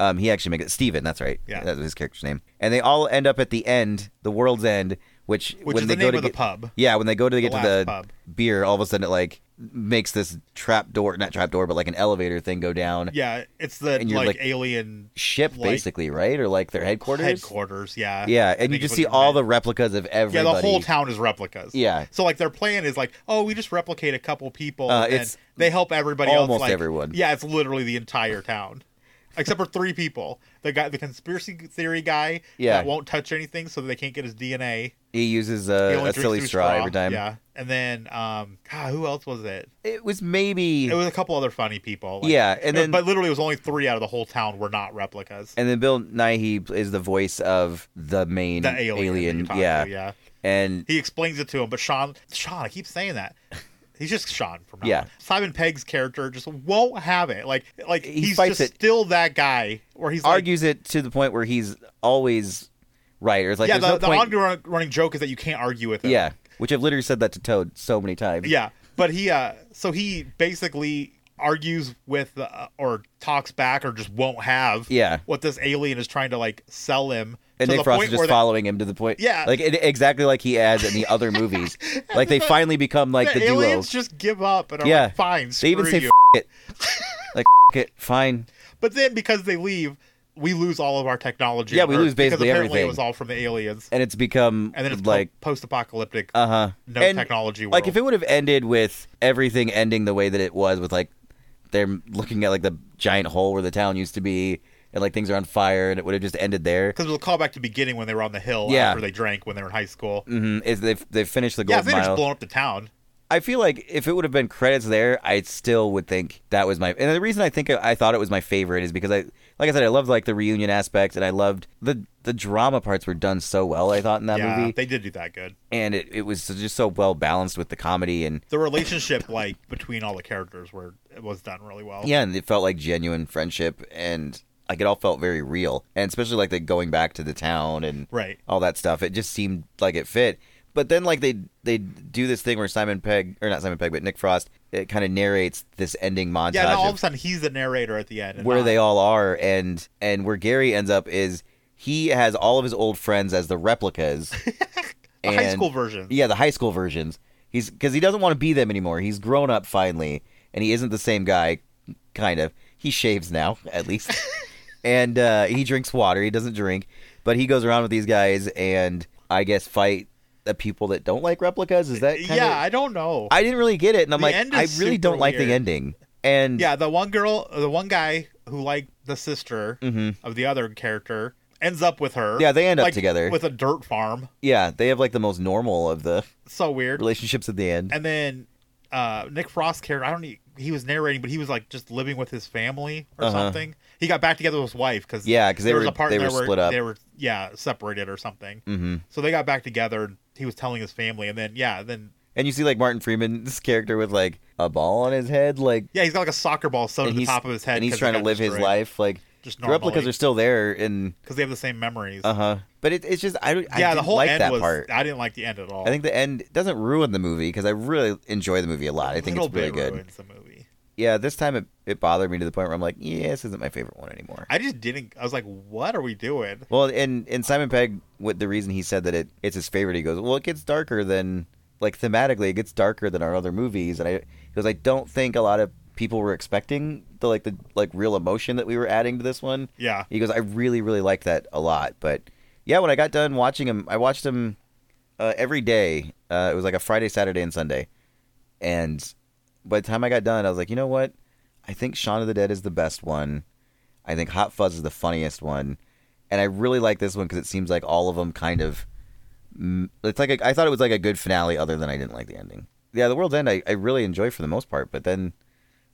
Speaker 3: um, he actually makes it Steven, that's right.
Speaker 4: Yeah.
Speaker 3: That was his character's name. And they all end up at the end, the world's end, which,
Speaker 4: Which
Speaker 3: when
Speaker 4: is
Speaker 3: they
Speaker 4: the
Speaker 3: go
Speaker 4: name
Speaker 3: to
Speaker 4: of the
Speaker 3: get-
Speaker 4: pub.
Speaker 3: Yeah, when they go to get to
Speaker 4: last
Speaker 3: the
Speaker 4: pub.
Speaker 3: beer, all of a sudden it like makes this trap door not trap door, but like an elevator thing go down.
Speaker 4: Yeah, it's the
Speaker 3: And you're
Speaker 4: like,
Speaker 3: like-
Speaker 4: alien
Speaker 3: Ship
Speaker 4: like,
Speaker 3: basically, right? Or like their headquarters.
Speaker 4: headquarters. Yeah, I
Speaker 3: Yeah, and you
Speaker 4: think
Speaker 3: just
Speaker 4: is
Speaker 3: see
Speaker 4: what
Speaker 3: all
Speaker 4: meant.
Speaker 3: the replicas of
Speaker 4: Yeah,
Speaker 3: everybody.
Speaker 4: the whole town is replicas.
Speaker 3: Yeah.
Speaker 4: So like their plan is like, oh, we just replicate a couple people,
Speaker 3: Uh,
Speaker 4: and
Speaker 3: it's
Speaker 4: they help everybody else.
Speaker 3: almost
Speaker 4: Like,
Speaker 3: everyone.
Speaker 4: Yeah, it's literally the entire town, except for three people. The guy, the conspiracy theory guy,
Speaker 3: Yeah.
Speaker 4: that won't touch anything, so they can't get his DNA.
Speaker 3: He uses
Speaker 4: He
Speaker 3: a,
Speaker 4: only
Speaker 3: Uh, a
Speaker 4: drinks
Speaker 3: silly
Speaker 4: through
Speaker 3: straw, every time.
Speaker 4: Yeah, and then um, God, who else was it?
Speaker 3: It was maybe,
Speaker 4: It was a couple other funny people. like-
Speaker 3: Yeah, and then-
Speaker 4: but literally, it was only three out of the whole town were not replicas.
Speaker 3: and then Bill Nighy is the voice of the main
Speaker 4: The alien, that you're talking
Speaker 3: yeah,
Speaker 4: to, yeah.
Speaker 3: and
Speaker 4: he explains it to him, but Sean, Sean, I keep saying that. He's just Sean from now
Speaker 3: Yeah.
Speaker 4: on. Simon Pegg's character just won't have it. Like, like
Speaker 3: He
Speaker 4: he's
Speaker 3: fights
Speaker 4: just
Speaker 3: it.
Speaker 4: still that guy where he's like,
Speaker 3: argues it to the point where he's always right. Or it's like
Speaker 4: yeah. The,
Speaker 3: there's
Speaker 4: the
Speaker 3: no point-
Speaker 4: ongoing running joke is that you can't argue with him.
Speaker 3: yeah, which I've literally said that to Toad so many times.
Speaker 4: yeah. But he, uh, so he basically argues with uh, or talks back or just won't have
Speaker 3: Yeah.
Speaker 4: what this alien is trying to like sell him.
Speaker 3: And
Speaker 4: to
Speaker 3: Nick
Speaker 4: the
Speaker 3: Frost
Speaker 4: point
Speaker 3: is just
Speaker 4: where they-
Speaker 3: following him to the point,
Speaker 4: Yeah.
Speaker 3: like it, exactly like he has in the other movies. like they finally become like the,
Speaker 4: the
Speaker 3: duo.
Speaker 4: aliens just give up and are
Speaker 3: Yeah.
Speaker 4: like, fine, screw
Speaker 3: They even say
Speaker 4: you.
Speaker 3: F- it, like F- it, fine.
Speaker 4: But then because they leave, we lose all of our technology.
Speaker 3: Yeah,
Speaker 4: on
Speaker 3: we
Speaker 4: Earth,
Speaker 3: lose basically
Speaker 4: because apparently
Speaker 3: everything.
Speaker 4: It was all from the aliens,
Speaker 3: and it's become
Speaker 4: and then it's
Speaker 3: like
Speaker 4: like post-apocalyptic,
Speaker 3: uh huh
Speaker 4: no technology. World.
Speaker 3: Like if it would have ended with everything ending the way that it was, with like they're looking at like the giant hole where the town used to be, and like things are on fire, and it would have just ended there.
Speaker 4: because it was a callback to the beginning when they were on the hill
Speaker 3: Yeah.
Speaker 4: after they drank when they were in high school.
Speaker 3: Mm-hmm. Is they they finished the
Speaker 4: Yeah,
Speaker 3: gold
Speaker 4: they just
Speaker 3: mile?
Speaker 4: blown up the town.
Speaker 3: I feel like if it would have been credits there, I still would think that was my. And the reason I think I, I thought it was my favorite is because I, like I said, I loved like the reunion aspect, and I loved the the drama parts were done so well. I thought in that
Speaker 4: yeah,
Speaker 3: movie,
Speaker 4: they did do that good.
Speaker 3: and it, it was just so well balanced with the comedy and
Speaker 4: The relationship like between all the characters were it was done really well.
Speaker 3: Yeah, and it felt like genuine friendship, and like it all felt very real, and especially like the going back to the town and
Speaker 4: Right.
Speaker 3: all that stuff. It just seemed like it fit. But then like they they do this thing where Simon Pegg or not Simon Pegg, but Nick Frost, it kind of narrates this ending montage
Speaker 4: Yeah, now all of a
Speaker 3: of
Speaker 4: sudden he's the narrator at the end. and
Speaker 3: where
Speaker 4: not-
Speaker 3: they all are, and and where Gary ends up is he has all of his old friends as the replicas,
Speaker 4: the high
Speaker 3: and-
Speaker 4: school version.
Speaker 3: yeah, the high school versions. He's because he doesn't want to be them anymore. He's grown up finally, and he isn't the same guy. Kind of. He shaves now, at least, and uh, he drinks water. He doesn't drink, but he goes around with these guys and I guess fight the people that don't like replicas. Is that? Kind
Speaker 4: yeah,
Speaker 3: Of,
Speaker 4: I don't know.
Speaker 3: I didn't really get it, and I'm
Speaker 4: The
Speaker 3: like,
Speaker 4: end
Speaker 3: I
Speaker 4: is
Speaker 3: really don't
Speaker 4: super
Speaker 3: like the
Speaker 4: weird.
Speaker 3: ending. And
Speaker 4: Yeah, the one girl, the one guy who liked the sister of the other character ends up with her.
Speaker 3: Mm-hmm. Yeah, they end up
Speaker 4: like,
Speaker 3: together.
Speaker 4: with a dirt farm.
Speaker 3: yeah, they have like the most normal of the
Speaker 4: So weird.
Speaker 3: relationships at the end.
Speaker 4: And then uh, Nick Frost character, I don't. e- He was narrating, but he was like just living with his family or something. He got back together with his wife because
Speaker 3: Uh-huh. Yeah, 'cause they
Speaker 4: there was
Speaker 3: were-
Speaker 4: a part
Speaker 3: they
Speaker 4: in there
Speaker 3: were
Speaker 4: where
Speaker 3: split up.
Speaker 4: They were yeah separated or something. Mm-hmm. So they got back together. He was telling his family, and then yeah, then
Speaker 3: And you see like Martin Freeman's character with like a ball on his head, like
Speaker 4: yeah, he's got like a soccer ball sewn to
Speaker 3: and
Speaker 4: the
Speaker 3: he's
Speaker 4: top of his head.
Speaker 3: and he's trying to live his life. Like
Speaker 4: Just
Speaker 3: the replicas
Speaker 4: normally.
Speaker 3: are still there, and
Speaker 4: because they have the same memories.
Speaker 3: uh huh. But it, it's just I don't. I
Speaker 4: yeah,
Speaker 3: didn't
Speaker 4: the whole
Speaker 3: like
Speaker 4: end
Speaker 3: that
Speaker 4: was.
Speaker 3: part. I,
Speaker 4: I didn't like the end at all.
Speaker 3: think the end doesn't ruin the movie because I really enjoy the movie a lot. I think
Speaker 4: little
Speaker 3: it's really
Speaker 4: bit
Speaker 3: good.
Speaker 4: ruins the movie.
Speaker 3: Yeah, this time it, it bothered me to the point where I'm like, yeah, this isn't my favorite one anymore.
Speaker 4: I just didn't. I was like, "What are we doing?"
Speaker 3: well, and and Simon Pegg, what the reason he said that it it's his favorite, he goes, well, it gets darker than like thematically, it gets darker than our other movies, and I because I don't think a lot of people were expecting the like the like real emotion that we were adding to this one.
Speaker 4: Yeah,
Speaker 3: He goes, I really, really liked that a lot. But yeah, when I got done watching him, I watched him uh, every day. Uh, it was like a Friday, Saturday, and Sunday. And by the time I got done, I was like, you know what? I think Shaun of the Dead is the best one. I think Hot Fuzz is the funniest one. And I really like this one because it seems like all of them kind of. mm, It's like a, I thought it was like a good finale, other than I didn't like the ending. Yeah, The World's End I, I really enjoy for the most part, but then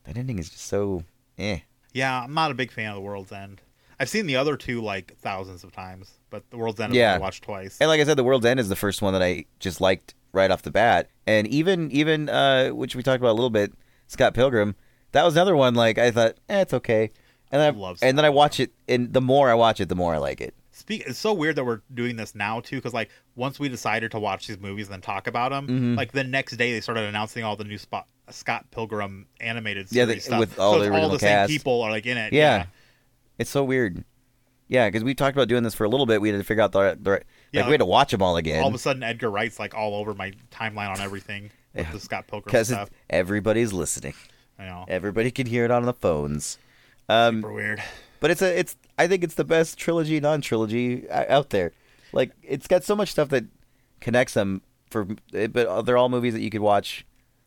Speaker 3: that ending is just so eh.
Speaker 4: yeah. I'm not a big fan of The World's End. I've seen the other two like thousands of times, but The World's End I've
Speaker 3: Yeah.
Speaker 4: only watched twice.
Speaker 3: And like I said, The World's End is the first one that I just liked right off the bat. And even even uh, which we talked about a little bit, Scott Pilgrim, that was another one like I thought, eh, it's okay. And I
Speaker 4: Love
Speaker 3: and then I watch it, and the more I watch it, the more I like it.
Speaker 4: Speak. It's so weird that we're doing this now too, because like once we decided to watch these movies and then talk about them,
Speaker 3: Mm-hmm.
Speaker 4: like the next day they started announcing all the new spot Scott Pilgrim animated
Speaker 3: Yeah,
Speaker 4: series
Speaker 3: the-
Speaker 4: stuff.
Speaker 3: with all
Speaker 4: so
Speaker 3: the
Speaker 4: it's all
Speaker 3: original
Speaker 4: the
Speaker 3: cast.
Speaker 4: same people are like in it.
Speaker 3: Yeah. It's so weird. Yeah, because we talked about doing this for a little bit. We had to figure out the right, the right
Speaker 4: Yeah,
Speaker 3: like we had to watch them all again.
Speaker 4: All of a sudden, Edgar Wright's like all over my timeline on everything with the Scott Pilgrim
Speaker 3: because
Speaker 4: stuff.
Speaker 3: everybody's listening.
Speaker 4: I know,
Speaker 3: Everybody can hear it on the phones.
Speaker 4: super weird.
Speaker 3: But it's a it's I think it's the best trilogy non trilogy out there. Like it's got so much stuff that connects them for, but uh, they're all movies that you could watch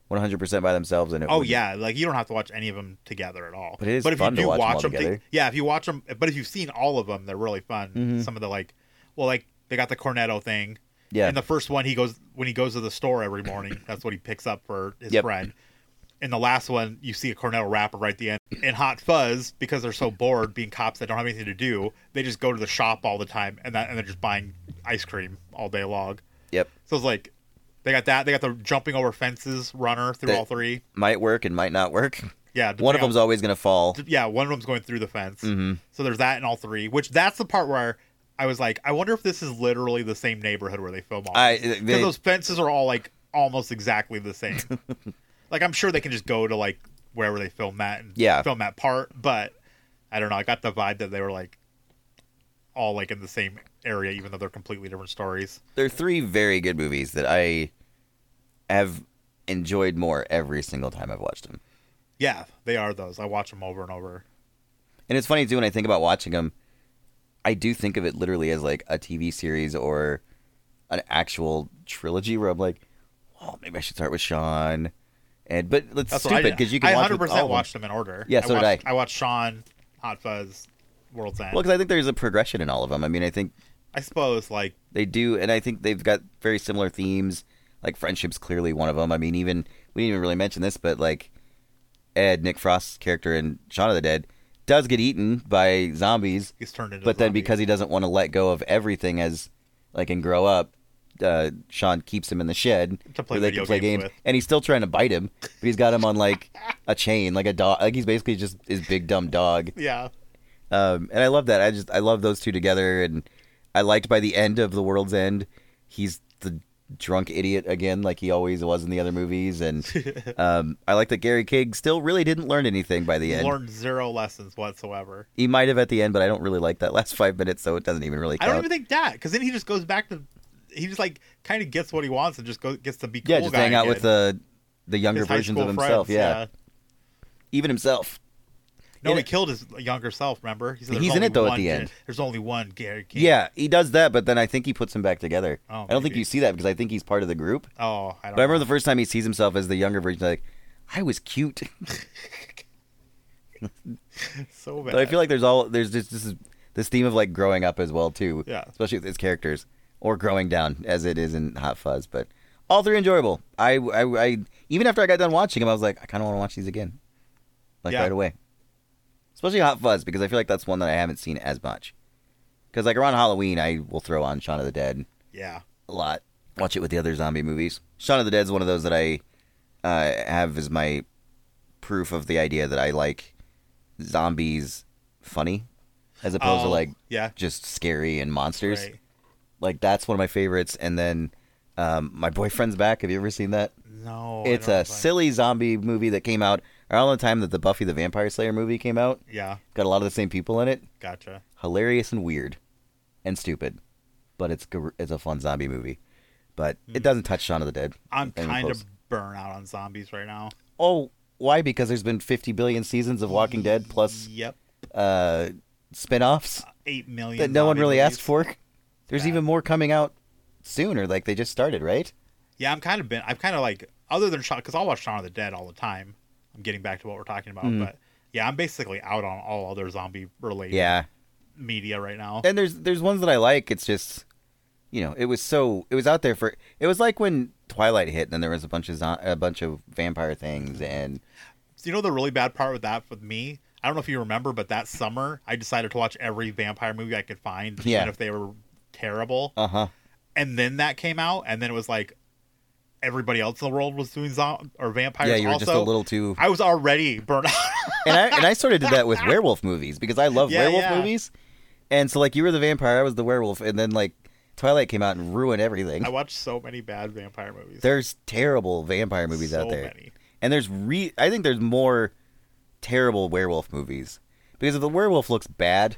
Speaker 3: 100 percent by themselves. And it
Speaker 4: Oh
Speaker 3: would-
Speaker 4: yeah, like you don't have to watch any of them together at all.
Speaker 3: But it is
Speaker 4: if
Speaker 3: fun to
Speaker 4: you do
Speaker 3: watch 'em all
Speaker 4: them, to-
Speaker 3: together. Mm-hmm.
Speaker 4: yeah, if you watch them, but if you've seen all of them, they're really fun. Some of the like, well, like they got the cornetto thing.
Speaker 3: Yeah.
Speaker 4: And the first one, he goes when he goes to the store every morning. that's what he picks up for his
Speaker 3: Yep.
Speaker 4: friend. In the last one, you see a cornetto wrapper right at the end. In Hot Fuzz, because they're so bored being cops that don't have anything to do, they just go to the shop all the time and that, and they're just buying ice cream all day long.
Speaker 3: Yep.
Speaker 4: So it's like they got that. They got the jumping over fences runner through
Speaker 3: That-
Speaker 4: all three.
Speaker 3: Might work and might not work.
Speaker 4: Yeah,
Speaker 3: One of
Speaker 4: depending on-
Speaker 3: them's Mm-hmm. always gonna fall.
Speaker 4: yeah, one of them's going through the fence. So there's that in all three, which that's the part where I was like, I wonder if this is literally the same neighborhood where they film all.
Speaker 3: I-
Speaker 4: because
Speaker 3: they-
Speaker 4: those fences are all like almost exactly the same. like I'm sure they can just go to like wherever they film that and
Speaker 3: Yeah.
Speaker 4: film that part, but I don't know. I got the vibe that they were like all like in the same area, even though they're completely different stories.
Speaker 3: There are three very good movies that I have enjoyed more every single time I've watched them.
Speaker 4: Yeah, they are those. I watch them over and over.
Speaker 3: And it's funny too when I think about watching them, I do think of it literally as like a TV series or an actual trilogy where I'm like, oh, maybe I should start with Sean. And but it's
Speaker 4: That's what I
Speaker 3: stupid
Speaker 4: did.
Speaker 3: because you
Speaker 4: I
Speaker 3: can watch
Speaker 4: 100%
Speaker 3: with all of them.
Speaker 4: watched them in order.
Speaker 3: Yeah,
Speaker 4: I
Speaker 3: so did
Speaker 4: watched,
Speaker 3: I.
Speaker 4: watched Sean, Hot Fuzz, World's End.
Speaker 3: Well, because I think there's a progression in all of them. I mean, I think
Speaker 4: I suppose like
Speaker 3: they do, and I think they've got very similar themes. Like friendship's clearly one of them. I mean, even we didn't even really mention this, but like Ed, Nick Frost's character in Shaun of the Dead, does get eaten by zombies.
Speaker 4: he's turned into. a
Speaker 3: but then
Speaker 4: zombie.
Speaker 3: because he doesn't want to let go of everything as like and grow up uh, sean keeps him in the shed
Speaker 4: To play
Speaker 3: where they
Speaker 4: video
Speaker 3: can play
Speaker 4: games
Speaker 3: games
Speaker 4: with.
Speaker 3: and he's still trying to bite him but he's got him on like a chain like a dog like he's basically just his big dumb dog
Speaker 4: yeah,
Speaker 3: um, and i love that i just i love those two together and i liked by the end of the world's end he's the drunk idiot again like he always was in the other movies and um, i like that gary king still really didn't learn anything by the end
Speaker 4: learned zero lessons whatsoever.
Speaker 3: he might have at the end but i don't really like that last five minutes so it doesn't even really
Speaker 4: I
Speaker 3: count
Speaker 4: don't even think that because then he just goes back to. He just like kind of gets what he wants and just go, gets to be cool
Speaker 3: Yeah, just
Speaker 4: guy
Speaker 3: hang out
Speaker 4: again.
Speaker 3: with the the
Speaker 4: His
Speaker 3: younger
Speaker 4: high
Speaker 3: versions of
Speaker 4: school
Speaker 3: himself.
Speaker 4: friends,
Speaker 3: yeah. even himself.
Speaker 4: No,
Speaker 3: And
Speaker 4: he
Speaker 3: it-
Speaker 4: killed his younger self. Remember, he said,
Speaker 3: He's
Speaker 4: "There's
Speaker 3: in it,
Speaker 4: only
Speaker 3: though, at
Speaker 4: one
Speaker 3: the
Speaker 4: gen-
Speaker 3: end.
Speaker 4: There's only one Gary King.
Speaker 3: Yeah, he does that, but then I think he puts him back together.
Speaker 4: Oh,
Speaker 3: I don't think
Speaker 4: maybe.
Speaker 3: you see that because I think he's part of the group.
Speaker 4: Oh, I don't.
Speaker 3: But I
Speaker 4: know.
Speaker 3: remember the first time he sees himself as the younger version, like I was cute.
Speaker 4: so bad.
Speaker 3: but I feel like there's all there's just this this theme of like growing up as well too.
Speaker 4: Yeah.
Speaker 3: especially with its characters or growing down as it is in Hot Fuzz. But all three enjoyable. I I, I even after I got done watching them, I was like, I kind of want to watch these again, like
Speaker 4: Yeah.
Speaker 3: right away. Especially Hot Fuzz because I feel like that's one that I haven't seen as much. Because like around Halloween, I will throw on Shaun of the Dead
Speaker 4: yeah,
Speaker 3: a lot. Watch it with the other zombie movies. Shaun of the Dead's one of those that I uh, have as my proof of the idea that I like zombies funny as opposed to
Speaker 4: Oh,
Speaker 3: like
Speaker 4: yeah.
Speaker 3: just scary and monsters.
Speaker 4: right.
Speaker 3: Like that's one of my favorites. And then um, my boyfriend's back. Have you ever seen that?
Speaker 4: No, I
Speaker 3: it's
Speaker 4: don't know
Speaker 3: a
Speaker 4: if I-
Speaker 3: silly zombie movie that came out around the time that the Buffy the Vampire Slayer movie came out.
Speaker 4: Yeah,
Speaker 3: Got a lot of the same people in it.
Speaker 4: gotcha.
Speaker 3: Hilarious and weird, and stupid, but it's gr- it's a fun zombie movie. But it
Speaker 4: Hmm.
Speaker 3: doesn't touch Shaun of the Dead.
Speaker 4: I'm
Speaker 3: Even
Speaker 4: kind
Speaker 3: close.
Speaker 4: of burnt out on zombies right now.
Speaker 3: Oh, why? Because there's been 50 billion seasons of Walking Dead plus
Speaker 4: Yep,
Speaker 3: uh, spin-offs
Speaker 4: eight million.
Speaker 3: that no one
Speaker 4: zombie
Speaker 3: really
Speaker 4: movies.
Speaker 3: asked for. There's even more coming out soon, or like they just started, right?
Speaker 4: Yeah, I'm kind of been. I've kind of like other than Shaun because I'll watch Shaun of the Dead all the time. I'm getting back to what we're talking about,
Speaker 3: Mm.
Speaker 4: but yeah, I'm basically out on all other zombie related
Speaker 3: Yeah.
Speaker 4: media right now.
Speaker 3: And there's there's ones that I like. It's just, you know, it was so it was out there for. It was like when Twilight hit, and then there was a bunch of zo- a bunch of vampire things, and
Speaker 4: you know the really bad part with that with me. I don't know if you remember, but that summer I decided to watch every vampire movie I could find,
Speaker 3: Yeah.
Speaker 4: even if they were terrible.
Speaker 3: uh huh.
Speaker 4: and then that came out, and then it was like everybody else in the world was doing zom- or vampires.
Speaker 3: Yeah, you were
Speaker 4: also,
Speaker 3: just a little too-
Speaker 4: I was already burnt out.
Speaker 3: and I and I sort of did that with werewolf movies because I love
Speaker 4: Yeah,
Speaker 3: werewolf
Speaker 4: yeah.
Speaker 3: movies. And so like you were the vampire, I was the werewolf, and then like Twilight came out and ruined everything.
Speaker 4: I watched so many bad vampire movies.
Speaker 3: there's terrible vampire movies out
Speaker 4: So
Speaker 3: there.
Speaker 4: many.
Speaker 3: And there's re I think there's more terrible werewolf movies. Because if the werewolf looks bad,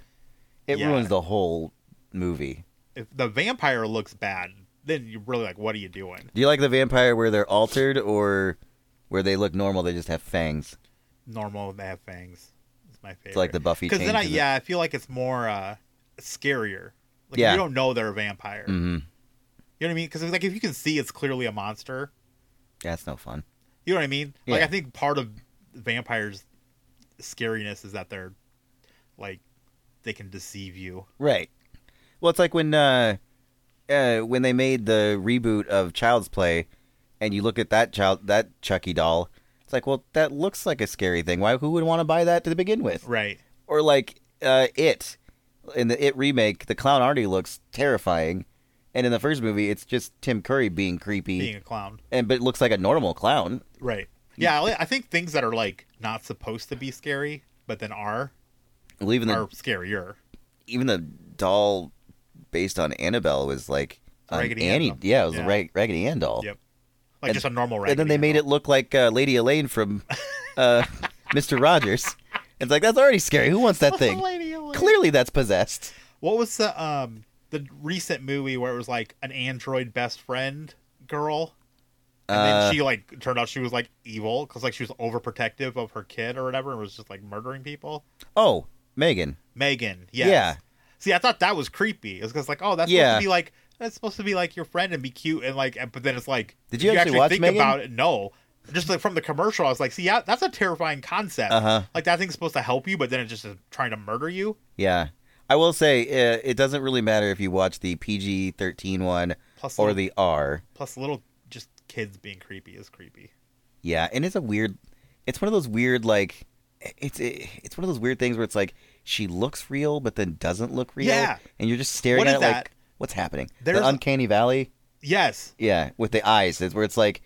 Speaker 3: it
Speaker 4: Yeah.
Speaker 3: ruins the whole movie.
Speaker 4: if the vampire looks bad, then you're really like, what are you doing?
Speaker 3: Do you like the vampire where they're altered or where they look normal, they just have fangs?
Speaker 4: Normal, they have fangs. It's my favorite.
Speaker 3: like the Buffy
Speaker 4: Because then I,
Speaker 3: changes it.
Speaker 4: yeah, I feel like it's more uh, scarier. Like
Speaker 3: Yeah. Mm.
Speaker 4: you don't know they're a vampire.
Speaker 3: Mm-hmm.
Speaker 4: You know what I mean? Because like if you can see, it's clearly a monster.
Speaker 3: That's no fun.
Speaker 4: You know what I mean? Like
Speaker 3: Yeah.
Speaker 4: I think part of vampires' scariness is that they're like they can deceive you.
Speaker 3: Right. Well, it's like when uh, uh, when they made the reboot of Child's Play, and you look at that child that Chucky doll. It's like, well, that looks like a scary thing. Why? Who would want to buy that to begin with?
Speaker 4: Right.
Speaker 3: Or like uh, it in the It remake, the clown already looks terrifying, and in the first movie, it's just Tim Curry being creepy,
Speaker 4: Being a clown.
Speaker 3: and but it looks like a normal clown.
Speaker 4: Right. Yeah, I li- I think things that are like not supposed to be scary, but then are
Speaker 3: Well, even the
Speaker 4: are scarier.
Speaker 3: even the doll based on Annabelle was like an
Speaker 4: Raggedy
Speaker 3: Annie.
Speaker 4: Ann doll.
Speaker 3: Yeah, it was a
Speaker 4: Yeah.
Speaker 3: rag, Raggedy Ann doll.
Speaker 4: Yep. Like just a normal raggedy.
Speaker 3: and then they made it look like uh, Lady Elaine from uh, Mister Rogers. It's like that's already scary. Who wants that thing? Clearly, that's possessed.
Speaker 4: What was the um the recent movie where it was like an android best friend girl, and then
Speaker 3: Uh,
Speaker 4: she like turned out she was like evil because like she was overprotective of her kid or whatever, and was just like murdering people.
Speaker 3: Oh, Megan.
Speaker 4: Megan. Yes.
Speaker 3: Yeah.
Speaker 4: See, I thought that was creepy. It was because like, oh, that's
Speaker 3: Yeah.
Speaker 4: supposed to be like that's supposed to be like your friend and be cute and like, and- but then it's like,
Speaker 3: Did
Speaker 4: if
Speaker 3: you actually watch
Speaker 4: think
Speaker 3: Megan?
Speaker 4: about it? No. Just like from the commercial, I was like, see, yeah, that's a terrifying concept.
Speaker 3: Uh-huh.
Speaker 4: Like that thing's supposed to help you, but then it just is trying to murder you.
Speaker 3: Yeah, I will say uh, it doesn't really matter if you watch the PG thirteen one
Speaker 4: Plus
Speaker 3: or
Speaker 4: little-
Speaker 3: the R.
Speaker 4: Plus, little just kids being creepy is creepy.
Speaker 3: Yeah, and it's a weird. It's one of those weird like. It's it, it's one of those weird things where it's like she looks real but then doesn't look real.
Speaker 4: Yeah.
Speaker 3: and you're just staring
Speaker 4: What
Speaker 3: at
Speaker 4: is
Speaker 3: it
Speaker 4: that?
Speaker 3: like what's happening.
Speaker 4: There's-
Speaker 3: the uncanny valley.
Speaker 4: Yes.
Speaker 3: Yeah, with the eyes. It's where it's like,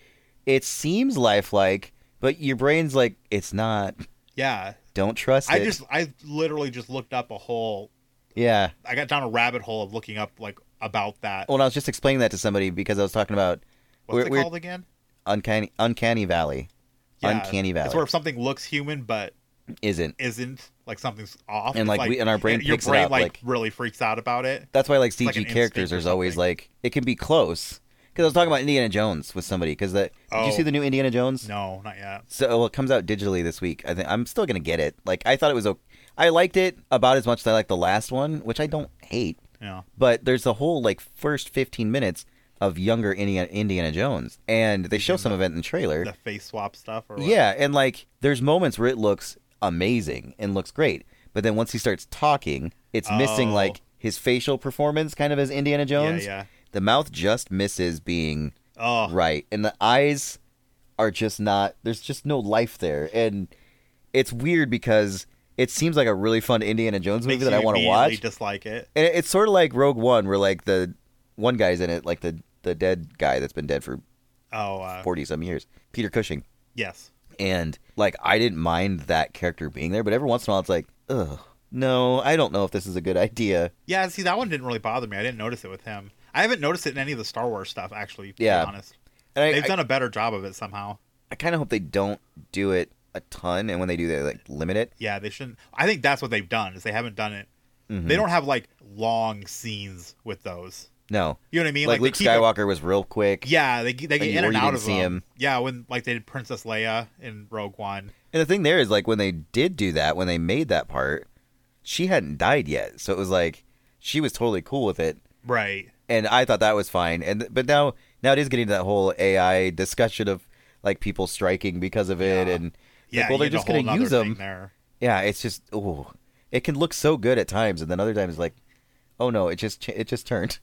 Speaker 3: it seems lifelike, but your brain's like, it's not.
Speaker 4: Yeah.
Speaker 3: Don't trust
Speaker 4: I
Speaker 3: it.
Speaker 4: just, I literally just looked up a whole.
Speaker 3: yeah.
Speaker 4: I got down a rabbit hole of looking up like about that.
Speaker 3: When I was just explaining that to somebody because I was talking about
Speaker 4: What's
Speaker 3: we're-
Speaker 4: it
Speaker 3: we're-
Speaker 4: called again?
Speaker 3: uncanny, uncanny valley.
Speaker 4: Yeah,
Speaker 3: uncanny
Speaker 4: It's
Speaker 3: valley
Speaker 4: where if something looks human but
Speaker 3: isn't.
Speaker 4: isn't like something's off
Speaker 3: And,
Speaker 4: It's
Speaker 3: like, we- and our brain
Speaker 4: your
Speaker 3: picks it
Speaker 4: brain
Speaker 3: up,
Speaker 4: like,
Speaker 3: like-
Speaker 4: really freaks out about it
Speaker 3: That's why like CG
Speaker 4: like an
Speaker 3: characters,
Speaker 4: instinct or
Speaker 3: there's always
Speaker 4: something.
Speaker 3: like it can be close. Because I was talking about Indiana Jones with somebody. Because the did you
Speaker 4: Oh.
Speaker 3: see the new Indiana Jones?
Speaker 4: no not yet
Speaker 3: So well, it comes out digitally this week. I think I'm still gonna get it. Like I thought it was. o- I liked it about as much as I liked the last one, which I don't hate.
Speaker 4: no
Speaker 3: but there's a whole like first 15 minutes of younger Indiana, Indiana Jones, and they show some of it in the trailer.
Speaker 4: the face swap stuff or what?
Speaker 3: Yeah, and like there's moments where it looks amazing and looks great, but then once he starts talking, it's missing
Speaker 4: Oh.
Speaker 3: like his facial performance, kind of as Indiana Jones.
Speaker 4: yeah.
Speaker 3: The mouth just misses being
Speaker 4: oh
Speaker 3: right, and the eyes are just not. There's just no life there, and it's weird because it seems like a really fun Indiana Jones movie
Speaker 4: makes
Speaker 3: that I
Speaker 4: you
Speaker 3: want to
Speaker 4: immediately
Speaker 3: watch.
Speaker 4: dislike it
Speaker 3: And it- it's sort of like Rogue One, where like the one guy's in it, like the the dead guy that's been dead for
Speaker 4: oh uh,
Speaker 3: forty some years, Peter Cushing.
Speaker 4: yes
Speaker 3: And like I didn't mind that character being there, but every once in a while it's like, ugh, no, I don't know if this is a good idea.
Speaker 4: yeah see that one didn't really bother me i didn't notice it with him i haven't noticed it in any of the star wars stuff actually to
Speaker 3: Yeah.
Speaker 4: be honest
Speaker 3: And I,
Speaker 4: they've
Speaker 3: I,
Speaker 4: done a better job of it somehow
Speaker 3: I kind of hope they don't do it a ton, and when they do, they like limit it.
Speaker 4: yeah they shouldn't i think that's what they've done is they haven't done it
Speaker 3: Mm-hmm.
Speaker 4: they don't have like long scenes with those
Speaker 3: No,
Speaker 4: you know what i mean
Speaker 3: like,
Speaker 4: they
Speaker 3: Luke
Speaker 4: keep it-
Speaker 3: Skywalker was real quick.
Speaker 4: Yeah, they they get
Speaker 3: you-
Speaker 4: in
Speaker 3: or
Speaker 4: and
Speaker 3: you
Speaker 4: out
Speaker 3: didn't
Speaker 4: of
Speaker 3: see
Speaker 4: them.
Speaker 3: him.
Speaker 4: Yeah, when like they did Princess Leia in Rogue One.
Speaker 3: And the thing there is, like, when they did do that, when they made that part, she hadn't died yet, so it was like she was totally cool with it.
Speaker 4: Right.
Speaker 3: and I thought that was fine. And but now now it is getting to that whole AI discussion of like people striking because of it, and like,
Speaker 4: Yeah.
Speaker 3: well, they're
Speaker 4: you get a
Speaker 3: just
Speaker 4: whole
Speaker 3: going to
Speaker 4: nother
Speaker 3: use
Speaker 4: thing
Speaker 3: them.
Speaker 4: there.
Speaker 3: Yeah, it's just ooh, it can look so good at times, and then other times like, oh no, it just cha- it just turned,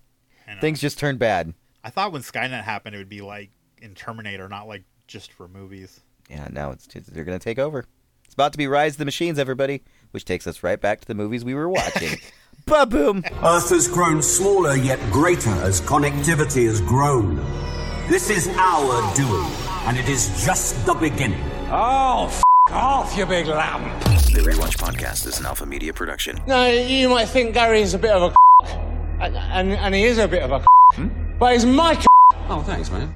Speaker 4: I know.
Speaker 3: things just turned bad.
Speaker 4: I thought when Skynet happened, it would be like in Terminator, not like just for movies.
Speaker 3: Yeah, now it's just, they're gonna take over. It's about to be Rise of the Machines, everybody, which takes us right back to the movies we were watching. ba boom.
Speaker 5: Earth has grown smaller yet greater as connectivity has grown. This is our doing, and it is just the beginning.
Speaker 6: Oh, f- off, you big lamb.
Speaker 7: The Rewatch Podcast is an Alpha Media production.
Speaker 6: Now, you might think Gary is a bit of a c- and, and, and he is a bit of a c- but he's my c- Oh, thanks, man.